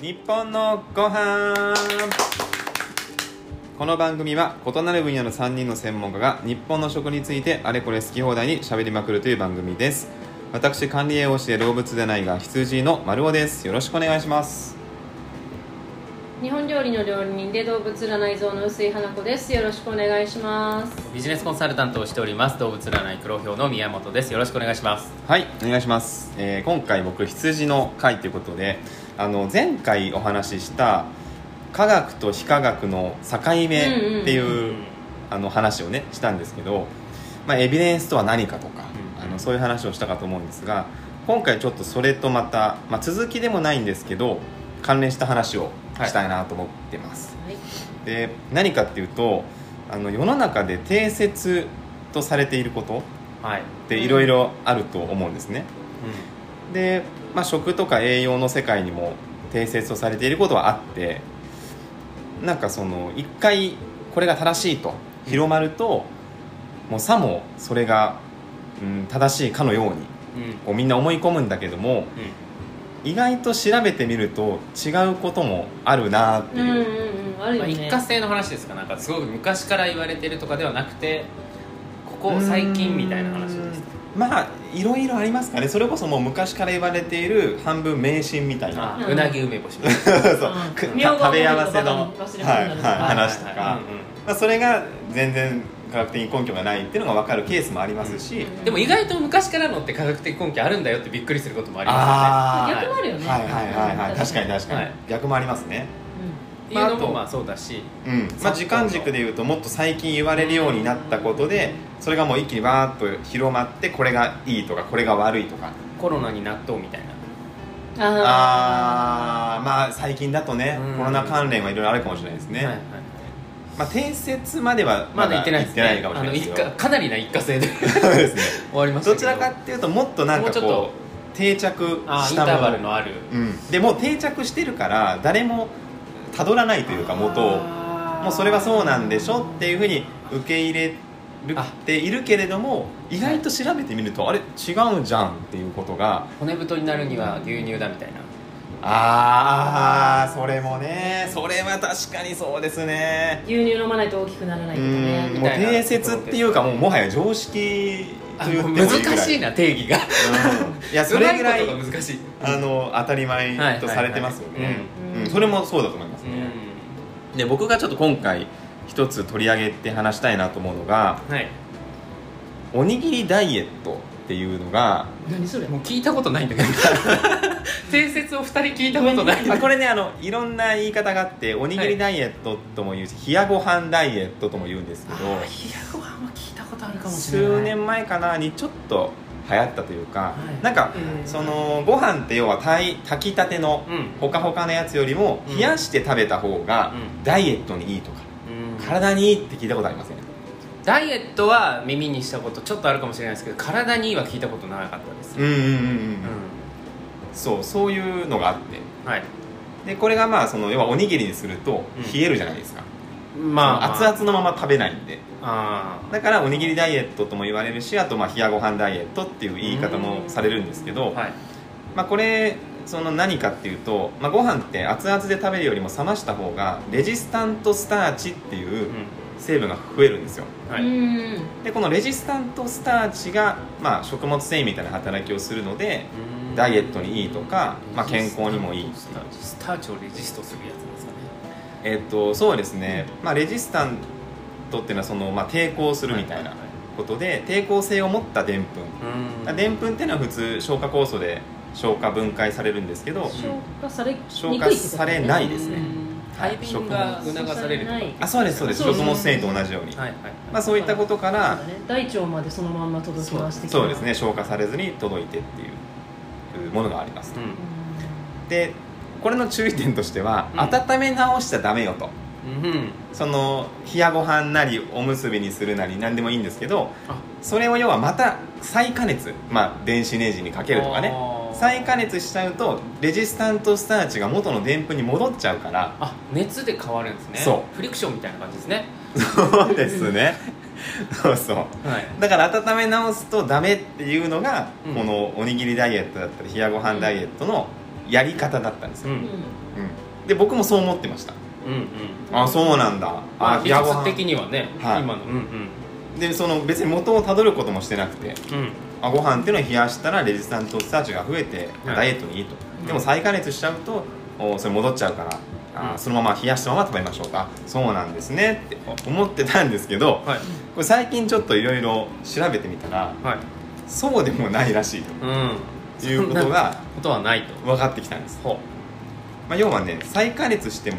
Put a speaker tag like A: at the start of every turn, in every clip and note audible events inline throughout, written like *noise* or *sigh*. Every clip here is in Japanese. A: 日本のご飯この番組は異なる分野の3人の専門家が日本の食についてあれこれ好き放題にしゃべりまくるという番組です私管理栄養士で動物でないが羊の丸尾ですよろしくお願いします
B: 日本料理の料理人で動物占い像の薄井花子ですよろしくお願いします
C: ビジネスコンサルタントをしております動物占い黒豹の宮本ですよろしくお願いします
A: はいお願いします、えー今回僕羊の会ということであの前回お話しした科学と非科学の境目っていう、あの話をねしたんですけど、まあ、エビデンスとは何かとか、
C: うん
A: あのそういう話をしたかと思うんですが今回ちょっとそれとまた、まあ、続きでもないんですけど関連した話をしたいなと思ってます、
B: はい
A: で何かっていうとあの世の中で定説とされていることっ
C: はい、
A: ていろいろあると思うんですねで、まあ、食とか栄養の世界にも定説とされていることはあってなんかその一回これが正しいと広まると、もうさもそれが、うん、正しいかのように
C: うんうん
A: こうみんな思い込むんだけども意外と調べてみると違うこともあるなって
B: う
A: い
B: んうん
A: う、
B: うんある
C: ま
B: よ
C: あ、一
B: ね
C: 過性の話ですかなんかすごく昔から言われてるとかではなくてここ最近みたいな話です
A: まあいろいろありますかねそれこそもう昔から言われている半分迷信みたいな
C: あ
B: うん
C: うなぎ梅干しみたいな
A: *laughs* そうく
B: みょうが
A: 食べ合わせの、
B: 多いとか忘れ物に
A: は
B: ないる
A: はい、
B: とか
A: 話とか、
C: はいはいはい
A: まあ、それが全然科学的に根拠がないっていうのが分かるケースもありますし、
B: うん
C: でも意外と昔からのって科学的根拠あるんだよってびっくりすることもありま
A: あ
B: 逆もあるよね
A: はいはいはいはい確かに確かに、
C: はい
A: 逆もありますね
C: すよねっていうのもまあそうだし
A: うんまあ、時間軸でいうともっと最近言われるようになったことでそれがもう一気にわーっと広まってこれがいいとかこれが悪いとか
C: コロナに納豆みたいな
B: うんあ
A: あーまあ最近だとね
C: うん
A: コロナ関連はいろいろあるかもしれないですね、
C: はいはい
A: まあ、定説までは
C: まだ言ってないですね
A: かもし
C: あ
A: れな
C: の
A: いです
C: 一
A: よ
C: 過かなりな一過性で
A: そうですね
C: 終わりました
A: ど
C: け
A: ちらかっていうともっとなんか
C: もうちょっ
A: ことう定着
C: あー
A: し
C: インタ
A: た
C: ー
A: も
C: バ
A: の
C: ルのある
A: うん、でもう定着してるから誰もたどらないというか元をもうそれはそうなんでしょっていうふうに受け入れる
C: あ
A: っているけれども意外と調べてみるとあれ違うじゃんっていうことが
C: 骨太になるには牛乳だみたいな
A: ああそれもねそれは確かにそうですね
B: ー牛乳飲まないと大きくならな
A: う
B: いとかね
A: んもう定説っていうかもうもはや常識と言ってもいいぐらい
C: 難しいな定義が
A: うんいやそれぐらいう
C: まことが難しい
A: あの当たり前とされてますよ
C: はいはいは
A: ね
C: い
B: うん
A: うんそれもそうだと思います
C: う
A: ね、
C: ん
A: で僕がちょっと今回一つ取り上げて話したいなと思うのが
C: はい
A: おにぎりダイエットっていうのが
B: 何それ
C: もう聞いたことないんだけど *laughs* 定説を二人聞いたことない
A: あこれねあのいろんな言い方があっておにぎりダイエットとも言うし、冷やご飯ダイエットとも言うんですけど
C: ご飯は聞いたことあるか
A: 数年前かなにちょっと流行ったというか、
C: はい
A: なんか、
C: うん
A: そのご飯って要はたい炊きたての
C: うん
A: ほかほかのやつよりも
C: うん
A: 冷やして食べた方が
C: う
A: ダイエットにいいとか、
C: うん
A: 体にいいって聞いたことありません
C: ダイエットは耳にしたことちょっとあるかもしれないですけど体にいいは聞いたことなかったです
A: うんうんうんうん、
C: う
A: そうそういうのがあって
C: んはい
A: でこれがまあその要はおにぎりにすると
C: うん
A: 冷えるじゃないですか、
C: まあ
A: 熱々のまま食べないんで
C: あ
A: だからおにぎりダイエットとも言われるしあとまあ冷やご飯ダイエットっていう言い方もされるんですけ
C: あ
A: ど、
C: はい
A: まあ、これその何かっていうと、まあ、ご飯って熱々で食べるよりも冷ました方がレジスタントスターチっていう成分が増えるんですよ
B: う
C: うんはい
B: ん
A: でこのレジスタントスターチが、まあ、食物繊維みたいな働きをするのでダイエットにいいとか、まあ、健康にもいい
C: スターチスターチをレジストするやつですかね
A: えっとそうですね、まあ、レジスタントっていうのはその、まあ、抵抗するみたいな
C: は
A: ことで抵抗性を持ったでんぷん
C: うん
A: でんぷんっていうのは普通消化酵素で消化分解されるんですけど
B: 消化されにくいってこと
A: 消化されないですね
C: うん
A: はい
C: 排便が促されるとか
B: はい
A: あそうですそうです
B: そう
A: 食物繊維と同じように、
C: はいはい
A: まあ、そういったことか
B: そう
A: ら
B: だね大腸までそのまんま届きます的な
A: そうですね消化されずに届いてっていうものがあります、
B: う
A: でこれの注意点としては、
C: うん
A: 温め直しちゃダメよと
C: うんうん
A: その冷やご飯なりおむすびにするなり何でもいいんですけど
C: あ
A: それを要はまた再加熱まあ電子レンジにかけるとかね
C: あー
A: 再加熱しちゃうとレジスタントスターチが元のでんぷんに戻っちゃうから *laughs*
C: あ熱で変わるんですね
A: そう
C: フリクションみたいな感じですね
A: そうですね *laughs* そうそう
C: はい
A: だから温め直すとダメっていうのが、
C: うん
A: このおにぎりダイエットだったり冷やご飯ダイエットのやり方だったんです
C: う
A: よ、
C: ん
A: うんで僕もそう思ってました
C: うんうん
A: あそうなんだ
C: まあ
A: あ
C: 技術的にはね
A: はい
C: 今のうんうん
A: でその別に元をたどることもしてなくて
C: うん
A: あご飯っていうのは冷やしたらレジスタントスターチが増えて、
C: はい
A: ダイエットにいいと
C: うん
A: でも再加熱しちゃうとおそれ戻っちゃうからあー、
C: うん
A: そのまま冷やしたまま食べましょうかそうなんですねって思ってたんですけど
C: はい
A: これ最近ちょっといろいろ調べてみたら
C: はい
A: そうでもないらしい
C: うん
A: ということ
C: そんな
A: が
C: ことはないと
A: 分かってきたんです、
C: ほ
A: まあ、要はね再加熱しても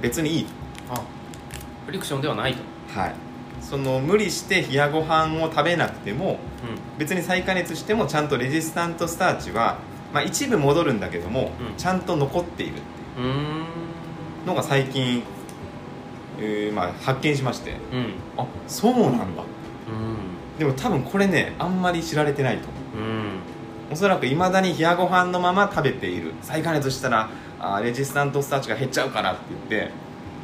A: 別にいいと
C: あフリクションではないと
A: はいその無理して冷やご飯を食べなくても別に再加熱してもちゃんとレジスタントスターチは、まあ、一部戻るんだけども、
C: うん
A: ちゃんと残っているって
C: うんうーん
A: いうのが最近、えーまあ、発見しまして
C: うん
A: あそうなんだ
C: うん
A: でも多分これねあんまり知られてないと思う
C: うん
A: おそらくいまだに冷やご飯のまま食べている再加熱したらあーレジスタントスターチが減っちゃうからって言っ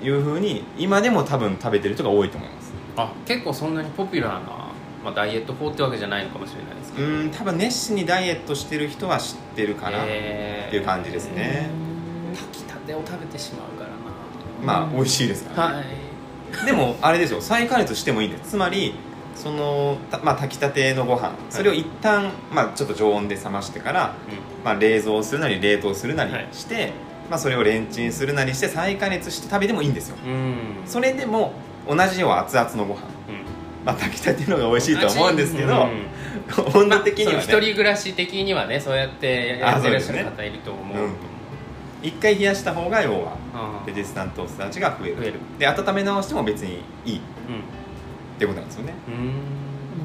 A: ていうふうに今でも多分食べてる人が多いと思います
C: あ結構そんなにポピュラーな、まあ、ダイエット法ってわけじゃないのかもしれないですけ
A: う
C: ど
A: ーん多分熱心にダイエットしてる人は知ってるかな、
C: へー
A: っていう感じですね
C: うん炊きたてを食べてしまうからな
A: まあ美味しいですからね、
C: はい
A: でもあれですよ再加熱してもいいんですつまりその、たまあ、炊きたてのご飯それを一旦、まあちょっと常温で冷ましてから、まあ、冷蔵するなり冷凍するなり
C: はい
A: して、まあ、それをレンチンするなりして再加熱して食べてもいいんですよ
C: うん、うん、
A: それでも同じよう熱々のご飯
C: うん
A: まあ炊きたての方が美味しいとは思うんですけど、
C: ま
A: 女
C: あ、的
A: 的
C: に
A: には
C: 一
A: ね
C: 人暮らし的にはねそうやってやってらっしゃ
A: あそ
C: る
A: うです
C: 方いると思う
A: うん一回冷やした方が要は
C: あ
A: レジスタントスターチが増える
C: 増える
A: で温め直しても別にいいっ
C: う
A: てことなんですよね
C: んうん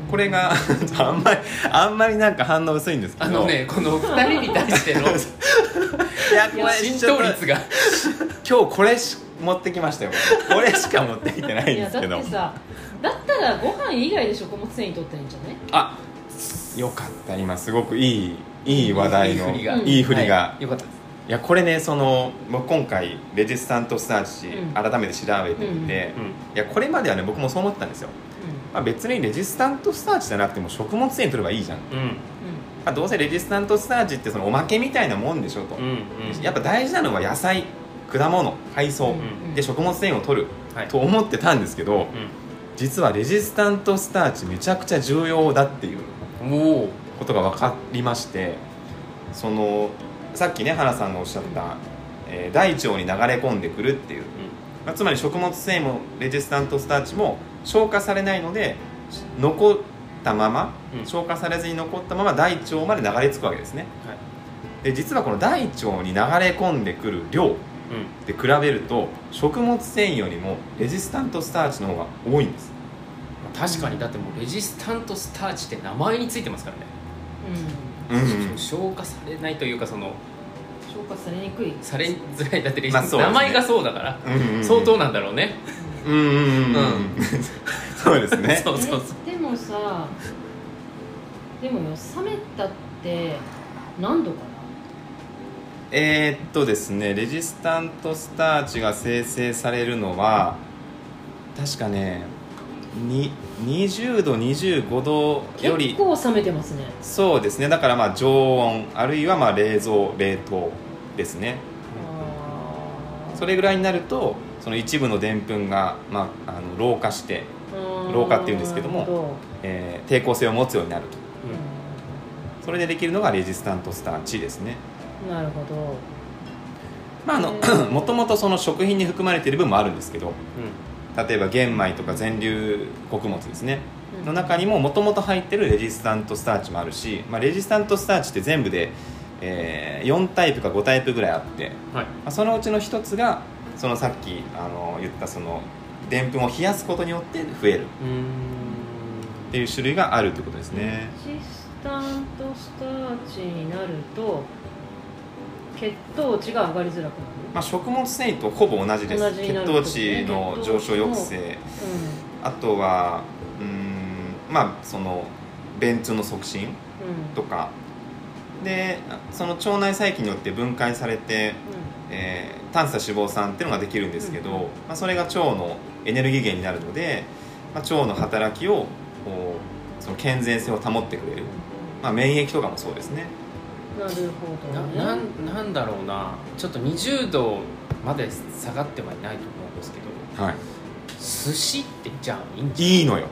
A: これが *laughs* あんまりあんまりなんか反応薄いんですけど
C: あのねこの二人に対して
A: *laughs*
C: の
A: いやこれ
C: 浸透率が
A: 今日これし持ってきましたよこれしか持ってきてないん
B: い
A: で
B: や
A: す
B: だっ
A: けど
B: てさだったらご飯以外で食物繊維取ったらいいんじゃない
A: あよかった今すごくいいいい話題の
C: いい振りが
A: いい振りが、
C: はいよかったです
A: い、やこれねその僕今回レジスタントスターチ、
B: うん
A: 改めて調べてみて、いやこれまではね僕もそう思ってたんですよ、まあ、別にレジスタントスターチじゃなくても食物繊維取ればいいじゃん、ま
C: うんうん
A: あ、どうせレジスタントスターチってそのおまけみたいなもんでしょと、
C: うんうん
A: やっぱ大事なのは野菜果物海藻、
C: ん
A: で食物繊維を取る
C: はい
A: と思ってたんですけど、
C: う
A: 実はレジスタントスターチめちゃくちゃ重要だっていうん
C: おお
A: ことが分かりましてそのさっきね花さんがおっしゃった、えー大腸に流れ込んでくるっていう、まあ、つまり食物繊維もレジスタントスターチも消化されないので残ったまま、
C: うん
A: 消化されずに残ったまま大腸まで流れ着くわけですね
C: はい
A: で実はこの大腸に流れ込んでくる量
C: うん
A: で比べると食物繊維よりもレジスタントスターチの方が多いんです
C: 確かにだってもうレジスタントスターチって名前についてますからね、
A: うん
C: 消化されないというかその
B: 消化されにくい
C: されづらいだってレジ、
A: まあそうですね
C: 名前がそうだから、
A: うんうんうん
C: 相当なんだろうね、
A: うんうんうんうんそうですね
C: *laughs* そうそうそう
B: えでもさでもよ冷めたって何度か
A: えーっとですねレジスタントスターチが生成されるのは確かねに20度25度
B: な
A: より
B: 結構冷めてますね
A: そうですねだからまあ常温あるいはまあ冷蔵冷凍ですねそれぐらいになるとその一部のでんぷんが、まあ、あの老化して、老化っていうんですけども
B: も
A: えー抵抗性を持つようになるとそれでできるのがレジスタントスターチですね
B: なるほど
A: まああの *coughs*
B: へー
A: もともとその食品に含まれている分もあるんですけど例えば玄米とか全粒穀物ですねの中にももともと入ってるレジスタントスターチもあるし、まあ、レジスタントスターチって全部で、えー4タイプか5タイプぐらいあって、ま
C: はい
A: あ、そのうちの1つがそのさっきあの言ったそのでんぷんを冷やすことによって増える
C: うーん
A: っていう種類があるってことですね、
B: レジスタントスターチになると血糖値が上がりづらく
A: まあ、食物繊維とほぼ同じです
B: 同じにな
A: 血
B: る
A: 糖値の上昇抑制あとはうーんまあその便通の促進
B: なる、うん
A: と
B: うん
A: かでその腸内細菌によって分解されて、えー短鎖脂肪酸っていうのができるんですけど、
B: うん
A: まあ、それが腸のエネルギー源になるので、まあ、腸の働きをこうその健全性を保ってくれる、まあ、免疫とかもそうですね
B: うなる
C: な
B: ほ
C: な
B: どね
C: んなんだろうなちょっと20度まで下がってはいないと思うんですけど
A: は
C: 寿司ってじゃあいいん
A: い
C: じ
A: いいのよ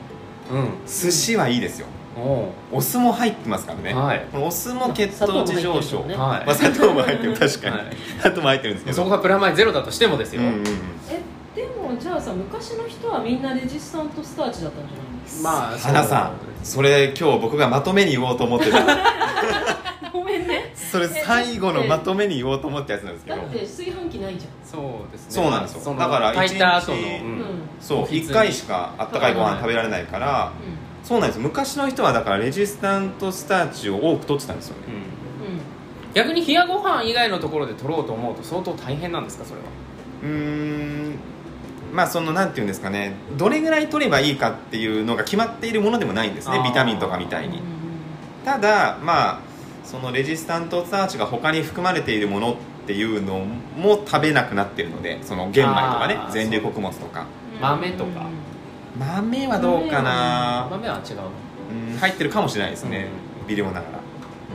C: ゃんうん
A: 寿司はいいですよ
C: お
A: お酢も入ってますからね、
C: はい
A: このお酢も血糖値上昇、
B: 砂糖も入ってるもんね
C: うはい、
A: まあ、砂糖も入ってる確かに、
C: は
A: 砂糖も入ってるんですけ
C: そ
A: ど
C: こがプラマイゼロだとしてもです
A: う
C: よ、
A: んうんうん
B: えでもじゃあさ昔の人はみんなレジスタントスターチだったんじゃないの
C: まあ
A: 花さんそれ今日僕がまとめに言おうと思ってた
B: ごめんね
A: それ最後のまとめに言おうと思ったやつなんですけ
B: *laughs* だ
A: ど
B: って炊飯器ないじ
C: そうですね
A: そうなんですよ
C: その
A: だから
C: 炊いた後の、
A: 一日
B: ゃん、
C: う
B: うん
C: ん
A: そう
C: 普通に
A: 1回しかあったかいご飯食べられないからそうなんです昔の人はだからレジスタントスターチを多く取ってたんですよね
C: うん
B: うん
C: 逆に冷やご飯以外のところで取ろうと思うと相当大変なんですかそれは
A: うーんまあそのなんていうんですかねどれぐらい取ればいいかっていうのが決まっているものでもないんです
C: あ
A: ね
C: ー
A: ビタミンとかみたいにただまあそのレジスタントスターチが他に含まれているものっていうのも食べなくなってるのでその玄米とかね
C: あー
A: 全粒穀物とか
C: 豆とか
A: 豆はどうか
C: あ
A: な
C: 豆は違うの
A: うん入ってるかもしれないですね微量ながら
B: な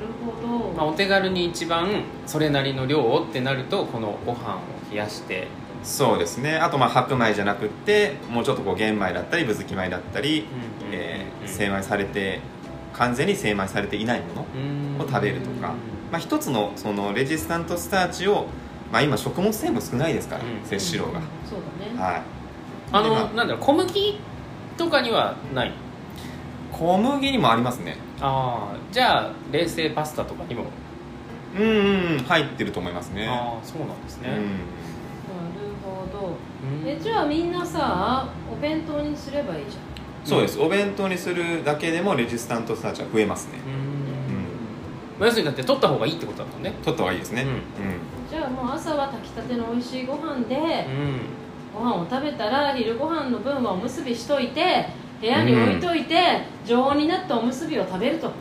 B: るほど、
C: まあ、お手軽に一番それなりの量をってなるとこのご飯を冷やして
A: そうですねあとまあ白米じゃなくってもうちょっとこう玄米だったりぶずき米だったり、えー精米されて完全に精米されていないもの、を食べるとかまあ、一つのそのレジスタントスターチを、まあ、今食物繊維も少ないですから、
C: うん
A: 摂取量が、
B: そうだね
A: はい
C: あ
A: で
C: の
A: ま
C: なんだろう小麦とかにはない
A: あ小麦にもありますね
C: ああじゃあ冷製パスタとかにも、
A: うんうん入ってると思いますね
C: ああそうなんです
A: う
C: ね、
A: ん
B: なるほど
C: うん
B: えじゃあみんなさお弁当にすればいいじゃ
A: そうです、お弁当にするだけでもレジスタントスターチは増えますね
C: う、ん
A: う
C: まあ要するにだって取った方がいいってことだもんね
A: 取った方がいいですね、
C: うん
B: んじゃあもう朝は炊きたての美味しいご飯
C: う
B: で
C: ん
B: ご飯を食べたら昼ご飯の分はおむすびしといて部屋に置いといて常温になったおむすびを食べると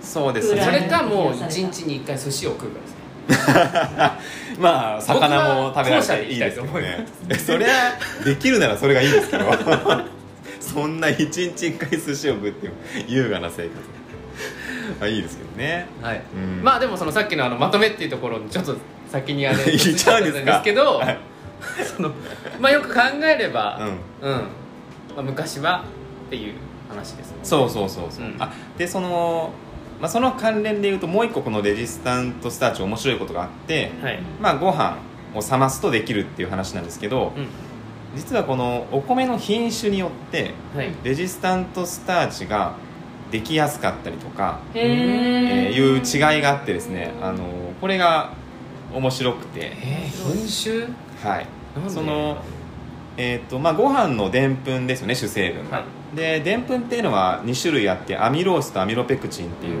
A: そうです
B: ぐら
C: そ
B: い
C: れかもう
B: 冷やされた
C: 一日に一回寿司を食うかですね
A: まあ魚も食べられていいですけど
C: 僕は後者で行きたい
A: ねそりゃできるならそれがいいですけどそんな一日一回寿司を食っても優雅な生活まあいいですけどね
C: はい
A: うん
C: まあでもそのさっきのあのまとめっていうところにちょっと先にあれ
A: 言っちゃうんですか
C: ちょ *laughs* っと言っちゃったんですけど、
A: はい
C: そのまあよく考えれば
A: う
C: うん、まあ、昔はっていう話ですね
A: そうそうそうそう、
C: うん
A: あでその、まあ、その関連でいうともう一個このレジスタントスターチ面白いことがあって、
C: はい、
A: まあご飯を冷ますとできるっていう話なんですけど
C: うん
A: 実はこのお米の品種によって
C: はい、
A: レジスタントスターチができやすかったりとか
B: へえ
A: えーいう違いがあってですね、あのこれが面白くて、
C: えー、品
A: はい
C: 種なんで
A: そのえーとまあ、ご飯のでんぷんですよね主成分が、
C: はい
A: ででんぷんっていうのは2種類あってアミロースとアミロペクチンっていう、
C: う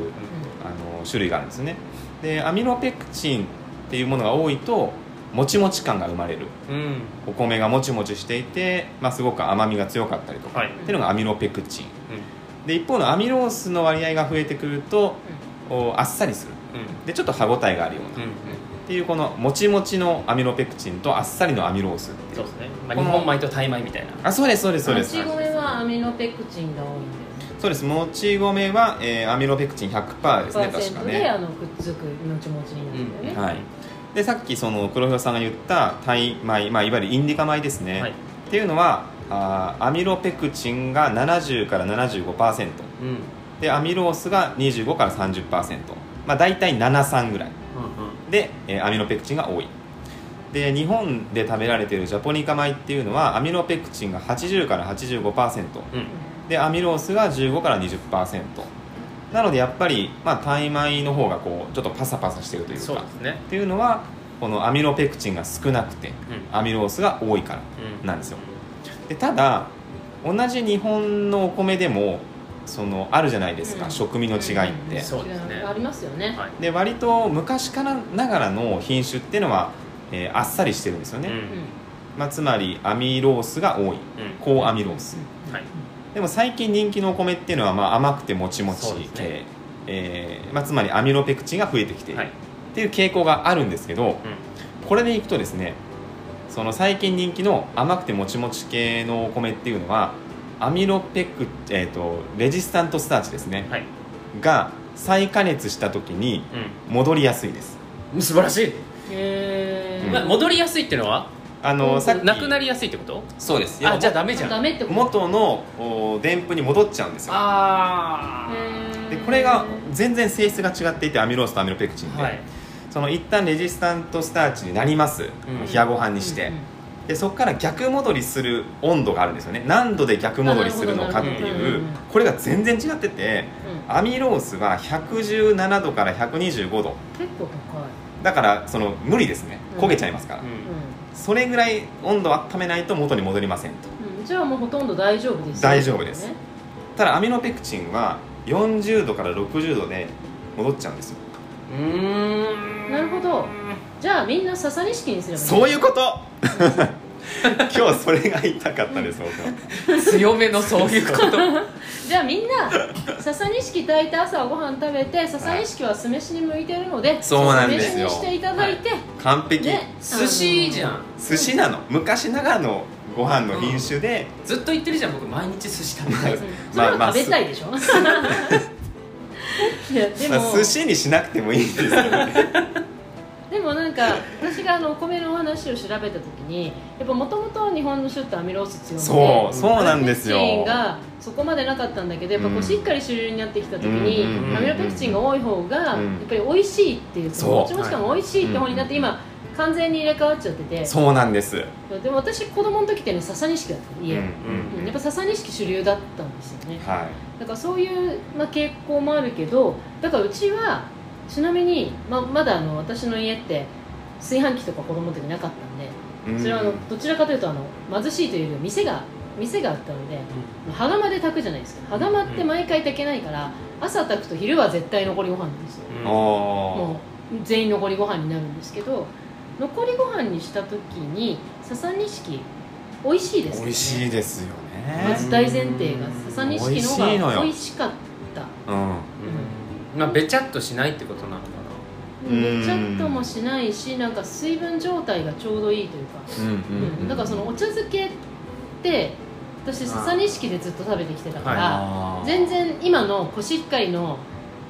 A: あ
C: ん
A: の種類があるんですねでアミロペクチンっていうものが多いともちもち感が生まれる
C: うん
A: お米がもちもちしていて、まあ、すごく甘みが強かったりとか、
C: はい
A: っていうのがアミロペクチンで一方のアミロースの割合が増えてくると、おあっさりする
C: うんうん
A: でちょっと歯ごたえがあるような、
C: うんうん
A: っていうこのもちもちのアミロペクチンとあっさりのアミロースってい
C: そ
A: うう
C: ですね、まあ、
A: こ
C: 日
A: の
C: 本米とタイ米みたいな
A: あそうですそうですそうです
B: もち米はアミノペクチンが多いんだ
A: そうですもち米は、えーアミロペクチン100%ですね
B: よ
A: 確か
B: 100%で
A: ね
B: あのくっつくもちもちになるんだよね
A: はいでさっきその黒ひさんが言ったタイ米、まあ、いわゆるインディカ米ですね、
C: はい
A: っていうのはあーアミロペクチンが70から75%
C: うんうんうん
A: でアミロースが25から30%まあ大体73ぐらいで、えーアミロペクチンが多いで日本で食べられているジャポニカ米っていうのはアミロペクチンが80から85%
C: うん
A: でアミロースが15から20%なのでやっぱり、まあ、タイ米の方がこうちょっとパサパサしてるという
C: そう
A: か
C: ですね
A: っていうのはこのアミロペクチンが少なくてアミロースが多いから
C: うん
A: なんですよでただ同じ日本のお米でもそのあるじゃないですか、
B: うん
A: 食味の違いっ
B: ん
A: て、
C: そうですね
B: ありますよね
C: はい
A: で割と昔からながらの品種っていうのは、えーあっさりしてるんですよね、
C: うん
A: まあ、つまりアミロースが多い
C: うん
A: 高アミロース
C: はい
A: でも最近人気のお米っていうのはまあ甘くてもちもち
C: そうです
A: 系、
C: ね
A: えーまあ、つまりアミロペクチンが増えてきている
C: はい
A: っていう傾向があるんですけど、これでいくとですねその最近人気の甘くてもちもち系のお米っていうのはアミロペク、えー、とレジスタントスターチですね
C: うんはい
A: が再加熱した時に戻りやすいです
C: うん素晴らしい、
B: へ
A: うん
C: まあ
B: え
C: 戻りやすいっていうのは
A: あの
B: うん
A: さっき
C: なくなりやすいってこと
A: そうです
C: あじゃあ
A: だ
C: ダメじゃん
B: ダメってこと
A: 元のおでんぷんに戻っちゃうんですよ
C: あ
B: へー
A: でこれが全然性質が違っていてアミロースとアミロペクチンで、
C: はい
A: その一旦レジスタントスターチになります、
C: ん
A: 冷やご飯にして、でそこから逆戻りする温度があるんですよね何度で逆戻りするのかって
B: あなるほどなる
A: い
B: ほ
A: う
B: ど
A: これが全然違ってて
B: うんうんうん
A: アミロースは117度から125度
B: 結構高い
A: だからその無理ですね
B: うん
A: 焦げちゃいますから、それぐらい温度を温めないと元に戻りませんと
B: うん、うん、じゃあもうほとんど大丈夫ですよ
A: 大丈夫です
B: ね
A: ただアミノペクチンは40度から60度で戻っちゃうんですよ
C: うんうーん
B: なるほどじゃあみんなササニシキにすればいい
A: そういうこと今日それが言いたかったです僕は
C: 強めのそういうこと
B: じゃあみんな笹錦炊いて朝はご飯食べて笹錦は酢飯に向いてるので
A: そうなんですよ
B: 酢飯にしていただいて、
A: 完璧、
B: ね
C: 寿司じゃん
A: 寿司なの昔ながらのご飯の品種で、
C: ずっと言ってるじゃん僕毎日寿司食べたい
B: あの
A: う
B: うん
A: ん
B: それ
A: ま
B: は
A: あ
B: 食べたいでしょ、 *laughs* いやでも、
A: まあ寿司にしなくてもいいんですけどね
B: でもなんか私があのお米のお話を調べた時にやっぱもともと日本の種ってアミロース強いので
A: そうそうなんですよ
B: アミロペクチンがそこまでなかったんだけどやっぱこ
A: う
B: うんしっかり主流になってきた時に、
A: うん
C: うんうん
B: アミロペクチンが多い方がや
A: う
B: っ
A: ん
B: ぱり美味しいっていう
A: そう
B: もちもち感が美味しいって方になって
A: はい
B: 今完全に入れ替わっちゃってて
A: そうなんです、
B: でも私子供の時ってね笹錦だったの
A: うん
B: 家、
A: うん
B: うんやっぱ笹錦主流だったんですよね
A: は
B: だからそういう、まあ、傾向もあるけどだからうちはちなみにままだあの私の家って炊飯器とか子供の時なかったんで
A: い、うん
B: それはあのどちらかというとあの貧しいというよりは店が店があったので羽釜で炊くじゃないですか羽釜って毎回炊けないから朝炊くと昼は絶対残りご飯なんですよ
A: おー
B: もう全員残りご飯になるんですけど残りご飯にした時に笹錦美味しいですよね
A: 美味しいですよ
B: ま
A: ね
B: ず大前提が笹錦の
A: 美味しい
B: 方
A: の
B: が
A: よ
B: 美味しかった
A: うん
C: うんまあべちゃっとしないってことなのか
A: うん
B: べちゃっともしないしなんか水分状態がちょうどいいというか、
A: うん
B: うんだからそのお茶漬けって私笹錦でずっと食べてきてたから、
A: あー
B: 全然今のコシヒカリの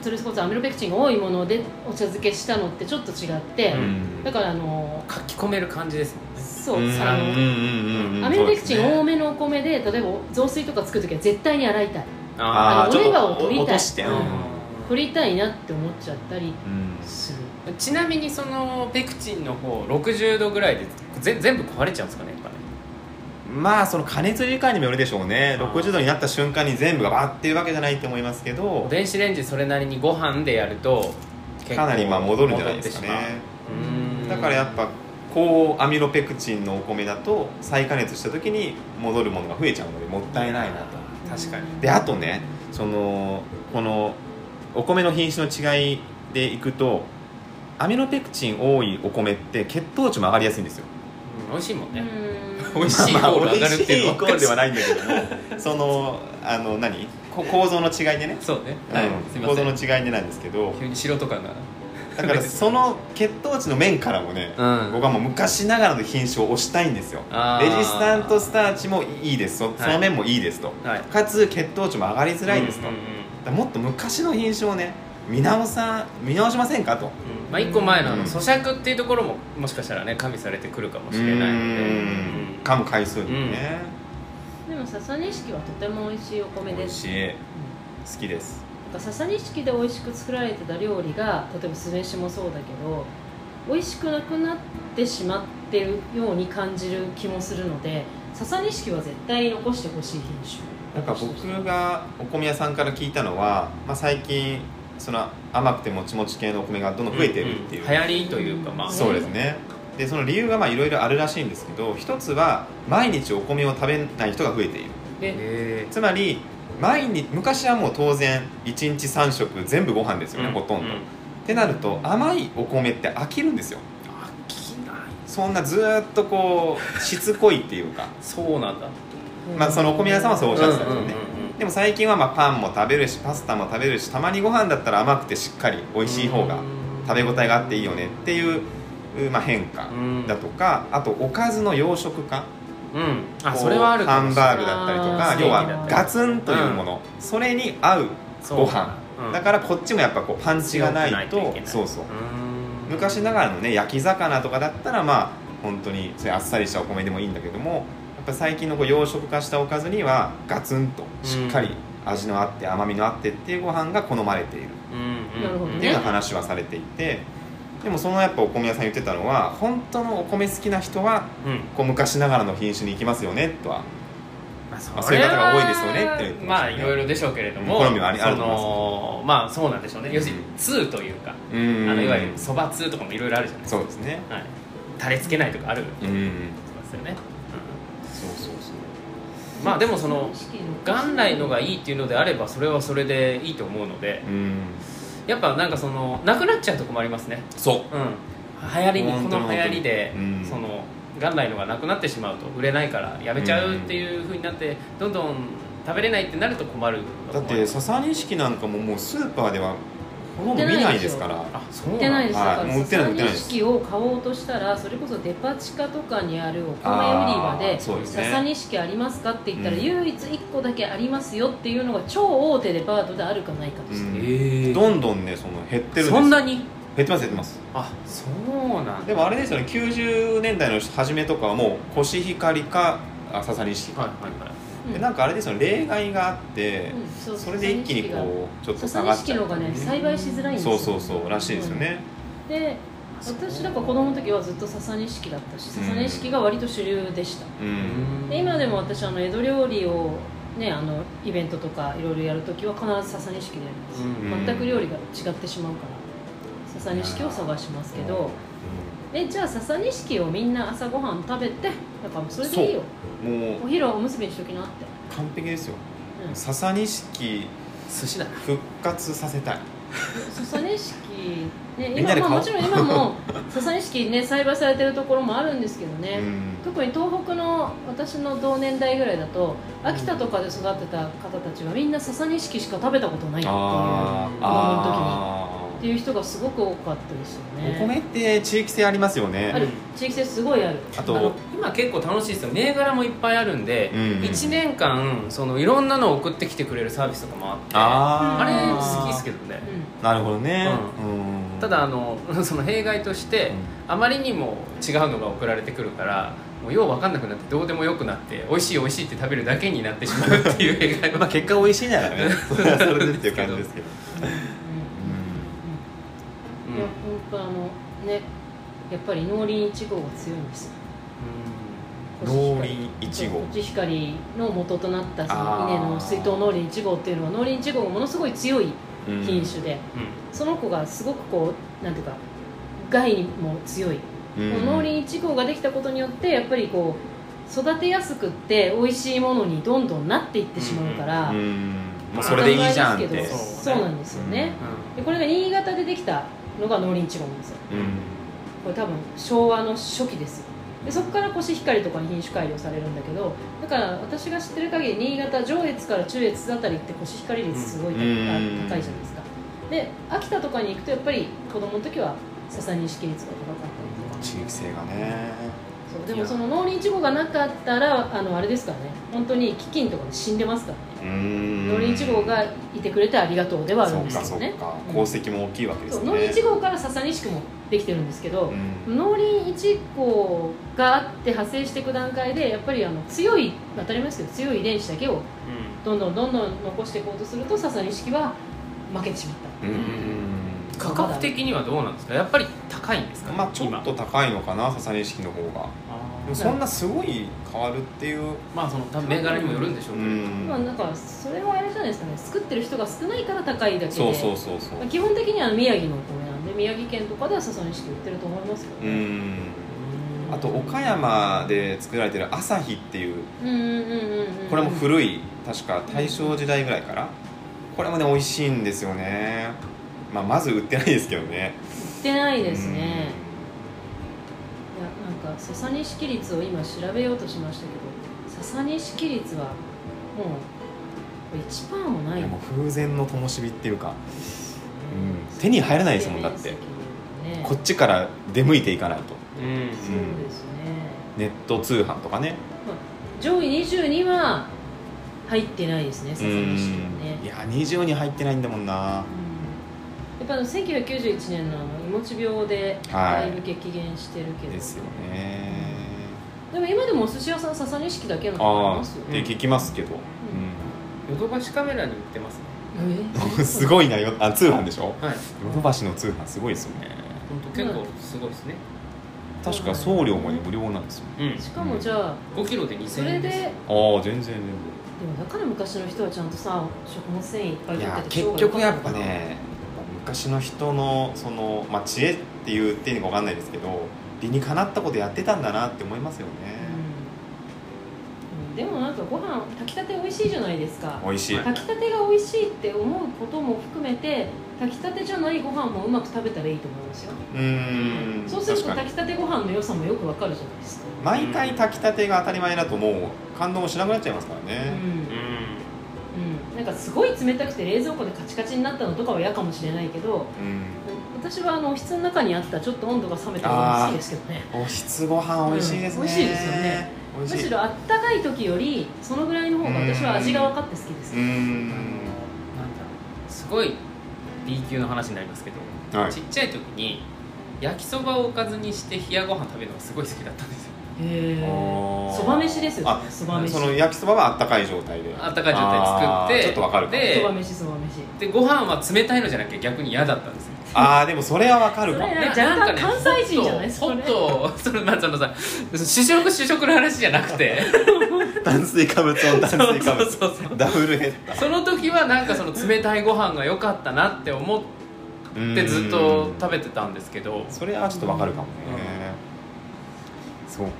B: それこそアミロペクチンが多いものでお茶漬けしたのってちょっと違って、
A: うん
B: だからあの
C: な書き込める感じですもんね
B: そう、
A: うん
B: あの
A: うんうんうん
B: アミロペクチン多
A: め
B: めのお米で例えば雑炊とか作る時は絶対に洗いたい
A: あ
B: あ
A: あ
B: の
A: ちょっ
B: オレガ
A: と
B: を取りたい
A: 落としてうん
B: 取りたいなって思っちゃったり
A: うん
B: する
C: ちなみにそのペクチンの方60度ぐらいでぜ全部壊れちゃうんですかねやっぱね
A: まあその加熱時間にもよるでしょうね
C: あー
A: 60度になった瞬間に全部がバッていうわけじゃないと思いますけど
C: 電子レンジそれなりにご飯でやると結構
A: かなりまあ戻るんじゃないですか
C: 戻って
A: ね
C: しまううん
A: だからやっぱ高アミロペクチンのお米だと再加熱した時に戻るものが増えちゃうのでもったいないなと
C: 確かに
A: であとねそのこのお米の品種の違いでいくとアミノペクチン多いお米って血糖値も上がりやすいん
C: *laughs*
A: ですよ
C: うん美味しいもんね
B: う
C: 美味しいイコ
A: まあ
C: ー
A: *laughs*
C: ル
A: 美
C: 上が
A: 味
C: る
A: し
C: って
A: い
C: いうの
A: イ
C: は
A: コールではないんだけど
C: *laughs*
A: もそのあの何こ構造の違いでね、
C: そうね
A: うん
C: はいすいま
A: 構
C: せ
A: 造の違
C: ん
A: いでなんです
C: *laughs*
A: けど
C: 急に素人感が
A: だからその血糖値の面からもね、
C: *laughs* うん
A: 僕はもう昔ながらの品種を推したいんですよ
C: あ
A: レ
C: ー
A: ジスタントスターチもいいですそその面もいいですと、
C: はい
A: かつ血糖値も上がりづらいですと、
C: うんうん
A: だからもっと昔の品種をね見直さ見直しませんかと
C: うんまあ一個前のあの
A: うん
C: 咀嚼っていうところももしかしたらね加味されてくるかもし
A: 知れ
C: れな
A: ないい
C: のでうん
A: 噛む回数にもね、
B: でも笹錦はとても美味しいお米
A: 美
B: で
A: 味
B: す
A: しい好
B: うん
A: きです
B: なんか笹錦で美味しく作られてた料理が例えば酢飯もそうだけど美味しくなくなってしまってるように感じる気もするので笹錦は絶対残してほしい品
A: なんか僕がお米屋さんから聞いたのは、まあ、最近その甘くてもちもち系のお米がどんどん増えてるっていう、
C: んん流行りというかまあ
A: そうですねでその理由がまあいろいろあるらしいんですけど一つは毎日お米を食べない人が増えている
B: 種
C: へ
A: つまり毎日昔はもう当然1日3食全部ご飯ですよね、ほとんど、ってなると甘いお米って飽きるんですよ
C: 飽きない
A: そんなずーっとこうしつこいっていうか
C: そうなんだ
A: まあそのお米屋さんはそうおっしゃってたんで
B: うん
A: すよねでも最近はまあパンも食べるしパスタも食べるしたまにご飯だったら甘くてしっかり美味しい方が食べ応えがあっていいよねっていう、まあ、変化
C: うん
A: だとかあとおかずの洋食化
C: うんあ
A: こう
C: それはある
A: ハン
C: ー
A: バーグだったりと
B: あ
A: か
B: ー
A: 要
C: ステーキだ
A: は
C: ったり
A: ガツンというもの、それに合うご飯
C: うん
A: だからこっちもやっぱこうパンチがないと
C: 強くけ
A: そうそう
C: ーん
A: 昔ながらのね焼き魚とかだったらまあ本当にそういうあっさりしたお米でもいいんだけどもやっぱ最近のこう養殖化したおかずにはガツンとしっかり味のあって甘みのあってっていうご飯が好まれている
C: うんうん
B: なるほ
A: って
B: ど
A: いう
B: ね
A: ような話はされていてでもそのやっぱお米屋さん言ってたのは本当のお米好きな人は
C: うん
A: こう昔ながらの品種に行きますよねとは
C: まあ、そ
A: まあそういう方が多いですよねっていうことですね
C: まあいろいろでしょうけれども、
A: 好みはありあると思います
C: そのまあそうなんでしょうね要するに通というか、
A: うん
C: あのいわゆるそば通とかもいろいろあるじゃないですか
A: そうですね
C: はい、タレつけないとかある
A: うん
C: ますよね、
A: そうそうそう
C: うんまあでもその
B: 元
C: 元来のがいいっていうのであればそれはそれでいいと思うので
A: うん
C: やっぱなんかそのなくなっちゃうと困りますね
A: そう
C: うん流行りに
A: 本
C: こ
A: 当に
C: の流行りで、
A: うん
C: その元来のがなくなってしまうと売れないからやめちゃうっていうふうになって、どんどん食べれないってなると困る
A: だって笹錦なんかももうスーパーではほとんど見ないですから
C: あそ
B: 売
C: うな
B: ってない
C: ん
B: で
C: だ
B: すだから
A: はいもう売ってない売ってないです
B: ササニシキを買おうとしたらそれこそデパ地下とかにあるお米売り場
A: あー
B: で
A: そうです
B: ササ
A: ね
B: ニシキありますかって言ったら、
A: うん
B: 唯一1個だけありますよっていうのが超大手デパートであるかないかとして、
A: うん
C: え
A: どんどんねその減ってるんです
C: そんなに
A: 減ってます減ってます
C: あそうなんだ
A: でもあれですよね90年代の初めとかはもうコシヒカリかあ笹錦か、
C: はいはいはい
B: うん
A: でなんかあれですよね例外があって、
B: うんそ
A: それで一気にこうちょっと下
B: ササ
A: が
B: ニ
A: っ
B: シ
A: ち
B: キ
A: ゃ
B: の
A: う
B: がね
A: ね
B: 栽培しづらいんです
A: そ
B: よ
A: うそうそうらしいですよね、
B: で私だから子供の時はずっとササニシキだったしササニシキが割と主流でした、
A: うん
C: う
B: で今でも私あの江戸料理をねあのイベントとかいろいろやるときは必ずササニシキでやるんですよ、
A: うん
B: 全く料理が違ってしまうからササニシキを探しますけどえじゃあササニシキをみんな朝ごはん食べてだからそれでいいよ
A: うんも
B: お
A: う
B: 昼はおむすびにしときなって、
A: 完璧ですよ
B: うん、サ
A: 笹錦
C: 寿司だな
A: 復活させたい
B: サニシキね
A: みんな
B: 今
A: で
B: ま
A: 買
B: あ
A: おう
B: もちろん今もササニシキね *laughs* 栽培されてるところもあるんですけどね、
A: うん
B: 特に東北の私の同年代ぐらいだと秋田とかで育ってた方たちはみんな笹錦しか食べたことないっていう
A: あー
C: 子供の時に
A: あ
B: っていう人がすごく多かったですよ
A: ー
B: ね
A: お米って地域性ありますよ
B: あ
A: ね
B: る地域性すごいある
A: あ
C: あの
A: と
C: 今結構楽しいですよ銘柄もいっぱいあるんで、
A: うん
C: 1年間そのいろんなのを送ってきてくれるサービスとかもあって
A: あ
C: あ
A: ー
C: れ好きですけどね
B: う
A: なるほどね、うん
C: ただあの *laughs* その弊害としてあまりにも違うのが送られてくるからもうよう分かんなくなってどうでもよくなって美味しい美味しいって食べるだけになってしまうっていう弊害
A: まあ
C: は
A: 結果美味しいなら
B: *laughs*
A: ねそれはそれでっていう感じですけど
B: ん
C: うん
B: いや本当あのねやっぱり農林1号が強いんですよ
A: 農林一号
B: コシヒカリの元となったその
A: あー
B: 稲の水筒農林1号っていうのは農林1号がものすごい強い
A: うん
B: 品種で、
C: う
B: その子がすごくこうなんていうか害にも強い、この農林1号ができたことによってやっぱりこう育てやすくって美味しいものにどんどんなっていってしまうから、
A: うんうんもうそれでいいじゃんって
B: 当たり前ですけど
C: そう
B: そうなんですよね、
C: ん
B: でこれが新潟でできたのが農林1号なんですよ
A: うん
B: これ多分昭和の初期ですよでそこからコシヒカリとかに品種改良されるんだけどだから私が知ってる限り新潟上越から中越あたりってコシヒカリ率すごい高い,あ、
A: うん
B: 高いじゃないですかで秋田とかに行くとやっぱり子供の時はササニシキ率が高かったりとか
A: 地域性がね
B: そうでもその農林事故がなかったらあのあれですからね本当に飢饉とかで死んでますからね、
A: うん
B: 農林事故がいてくれてありがとうではある
A: そうん
B: です
A: か
B: けど
A: そう
B: ね
A: か
B: うん
A: 功績も大きいわけです
B: そう
A: よ
B: 農林
A: ね
B: 事故からササニシキもできてるんですけど、
A: うん
B: 農林一号があって派生していく段階でやっぱりあの強い当たり前ですけど強い遺伝子だけをどんどんどんどん残していこうとするとササニシキは負けてしまっ
A: うん
C: 価格的にはどうなんですかやっぱり高いんですか、
A: まあちょっと高いのかな笹錦の方がでも
C: 今
A: そんなすごい変わるっていう
C: まあその多分銘柄にもよるんでしょ
A: う
C: うけど、
B: た、
A: ん
B: まあなんかそれはあれじゃないですかね作ってる人が少ないから高いだけで
A: そうそうそうそう
B: まあ基本的には宮城のお米なんで宮城県とかではササニシキ売ってると思いますけど
A: う
B: ね
A: んあと岡山で作られてる朝日っていう
B: うんうんうんうん
A: これも古い確か大正時代ぐらいからこれもね美味しいんですよね、まあ、まず売ってないですけどね
B: 売ってないですねいやなんかササニシキ率を今調べようとしましたけどササニシキ率はもう1パーもな
A: うん
B: い
A: いやもう風前の灯火っていうか、うん、手に入らないですもんだって
B: ねね
A: こっちから出向いていかないと
C: うん
B: そうですね
A: ネット通販とかね
B: 上位22は入ってないですね
A: う
B: 笹
A: ん
B: に式はね
A: いや20に入ってないんだもんな
B: やっぱあの1991年のあのいもち病で
A: はい
B: だいぶ激減してるけど、
A: ですよね
B: でも今でもお寿司屋さん笹錦だけなのあり
A: ああ
B: ますよ
A: っ
B: ね
A: て聞きますけど、
C: ヨドバシカメラに売ってますね
A: うん *laughs* *laughs* すごいなよあ通販でしょ
C: はい
A: ヨドバシの通販すごいですよね
C: 本当結構すごいですね
A: 確か送料もね無料なんですよね
C: う
B: え
C: ん
B: しかもじゃあ
C: 5キロで
B: そ
C: 2000
B: れ
C: 円
B: で
C: です
B: で
A: ああ全然全
B: もだから昔の人はちゃんとさ食物繊維いっぱい
A: 然い
B: 取っ
A: や
B: てて
A: 結局やっぱね昔の人のその、まあ、知恵って言っていいのか分かんないですけど理にかなったことやってたんだなって思いますよね、
B: うんでもなんかご飯炊きたて美味しいじゃないですか
A: 美味しい、
C: はい
B: 炊きたてが美味しいって思うことも含めて炊きたてじゃないご飯もうまく食べたらいいと思いますよ
A: うーん
B: そうすると
A: 確か
B: 炊
A: に
B: きたてご飯の良さもよくわかるじゃないですか、
A: 毎回炊きたてが当たり前だともう感動もしなくなっちゃいますから
B: うん
A: ね、
B: うん、なんかすごい冷たくて冷蔵庫でカチカチになったのとかは嫌かもしれないけど
A: うん
B: 私はあのおひつの中にあったちょっと温度が冷めたのが好きですけどね
A: おひつご飯美味しいですね、
B: うん美味しいですよね
A: 美
B: む
A: 味し
B: し
A: いう
B: ろあったかい時よりそのぐらいの方が私は味が分かって好きです、
A: ーん
C: なんだろうすごい B 級の話になりますけど、
A: はい
C: ちっちゃい時に焼きそばをおかずにして冷やご飯食べるのがすごい好きだったんですよ
A: あ
B: へえ
A: ー
B: そば飯ですよ
A: あ
B: そば飯
A: そ
B: そば
A: の焼きそばはあったかい状態で
C: あったかい状態で作って
A: あーちょっとわかるかも
C: で
B: 飯そば飯
C: でご飯は冷たいのじゃなきゃ逆に嫌だったんですよ
A: ああでもそれはわかるか
B: そ
A: も
B: れ
C: な
B: 若干
C: なんかね
B: 関西人じゃない
C: ホットホットそのなんそのさ主食主食の話じゃな
A: *laughs*
C: くて
A: 炭水化物を炭水化
C: そうそうそうそ
A: 物
C: う
A: ダブルヘッダ
C: その時はなんかその冷たいご飯が良かったなって思っ
A: ー
C: てずっと
A: う
C: 食べてたんですけど
A: んそれはちょっとわかるかもね、そうか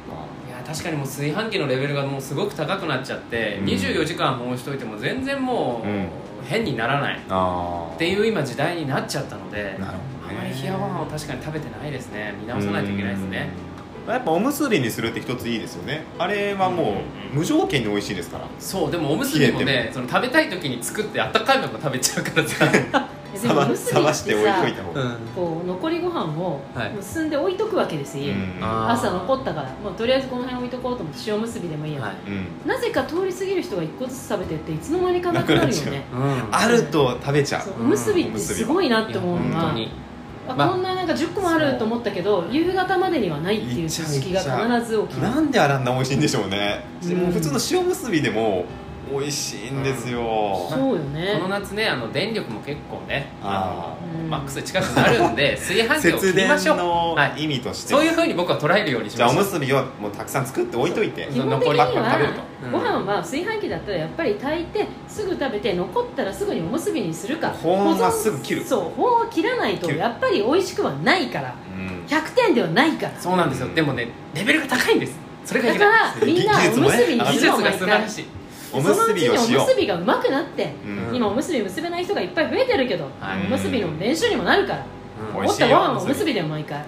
C: いや確かにもう炊飯器のレベルがもうすごく高くなっちゃって、
A: うん
C: 24時間保温しておいても全然もう、
A: うん
C: 変にならないっ
A: ああ
C: ていうう今時代になっちゃったので
A: なるほ
C: あ
A: どね
C: まり冷やご飯を確かに食べてないですね見直さないといけないですね
A: うんやっぱおむすびにするって一ついいですよねあれはもう無条件に美味しいですから
C: そうでもおむすびも
A: 冷え
C: ねその食べたい時に作ってあったかいのが食べちゃうから
A: *laughs*
C: さ、
B: えで
A: 冷
B: も
A: ま
B: おむすび
A: 冷ま
B: っ
A: して
B: て
A: 置い
B: さ
A: といた方が、
C: うん
B: こう残りご飯を
C: はい
B: 結んで置いとくわけですよ、家に
A: うん
C: あ
B: 朝残ったからもうとりあえずこの辺置いとこうと思って塩むすびでもいいや、
C: はい
A: うん
B: なぜか通り過ぎる人が一個ずつ食べてっていつの間にかなくなるよね
C: うん
A: あると食べちゃ
B: そう
A: う
B: おむすびってすごいなって思うの
A: いや
B: は
C: 本当に
B: あ
C: まあ
B: こんななんか10個もあると思ったけど夕方までにはないっていう知識が必ず起きる
A: なんであらんな美味しいんでしょうね、
B: うん
A: もう普通の塩むすびでも美味しいんですよ、
C: ん
B: そうよ
C: こ
B: ね
C: の夏ねあの電力も結構ね
A: あ
B: ーうん
C: マックス近くなるんで炊飯器
A: 節
C: を切り
A: 電
C: ましょう
A: の
C: はい
A: 意味として、
C: そういうふうに僕は捉えるようにし
A: じゃあお
C: ましょ
A: む
C: う
A: すびをもうたくさん作って置いといて
B: 基
C: そう
B: 本的に
A: パクパク食べる
B: は
A: と
C: うん
B: ご飯は炊飯器だったらやっぱり炊いてすぐ食べて残ったらすぐにおむすびにするか
A: 保温はすぐ切る
B: 保存そう保温は切らないと
A: 切る
B: やっぱり美味しくはないから
A: うん
B: 100点ではないから
C: そうなんですよでもねレベルが高いんですそれが
B: だ
C: い
B: か
C: けな
B: らみん
C: い
B: な
A: 技
B: お
A: 術も
B: む
A: ね
B: すびに
C: 技
B: し
C: 術
B: ろ
C: が
B: 毎
C: 素晴ら
B: 回
C: しい
A: おむすびを
B: そ
A: しよ
B: のうちにおむすびがうまくなって
A: う、う
C: うん
A: ん
B: 今おむすび結べない人がいっぱい増えてるけど
C: はい
B: おむすびの練習にもなるから
A: 美
B: 思
A: 味
B: っ
A: しいよ
B: たご飯はおむすびで毎回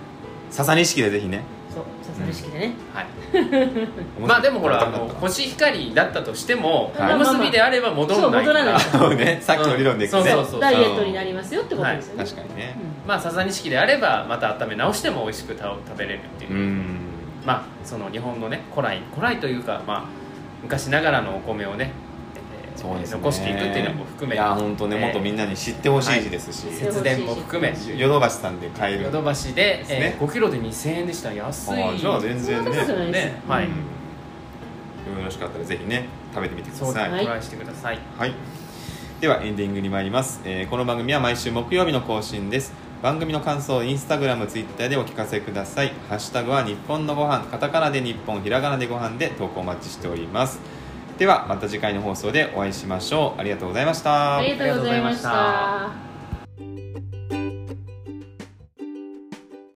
A: 笹錦でぜひね
B: そう笹の式でね
C: はいまあでもほらあの星光だったとしても
A: はい
C: おむすびであれば戻ら
B: そう
C: ない
B: 戻らない
A: そうねさっきの理論でいくとね、
C: うんそうそうそう
B: ダイエットになりますよってことですよね
A: 確かにね
C: まあささにしきであればまた温め直しても美味しくた食べれるっていうう、
A: ん
C: まあその日本のね古来古来というかまあ昔ながらのお米をねえー
A: そうですね
C: 残していくっていうのも含め
A: いや本当ね、もっとみんなに知ってほしいですし、
B: はい
C: 節電も含め
A: ヨドバシさんで買える
C: ヨドバシで、
A: すね
C: えー5キロで2000円でした安い
A: あーじゃあ全
B: そんな
A: 然
B: こ
A: ね
B: とじゃないですよ
C: ねはい
B: うん
A: よろしかったらぜひね食べてみてくだ
C: そう
A: さ
C: だ
A: い、
C: ね、
B: はい
C: トライしてください
A: はい、ではエンディングに参ります、えーこの番組は毎週木曜日の更新です番組の感想をインスタグラムツイッターでお聞かせください「ハッシュタグは日本のご飯カタカナで日本ひらがなでご飯で投稿お待ちしておりますではまた次回の放送でお会いしましょうありがとうございました
B: ありがとうございまし
C: ありがとうございま
B: た。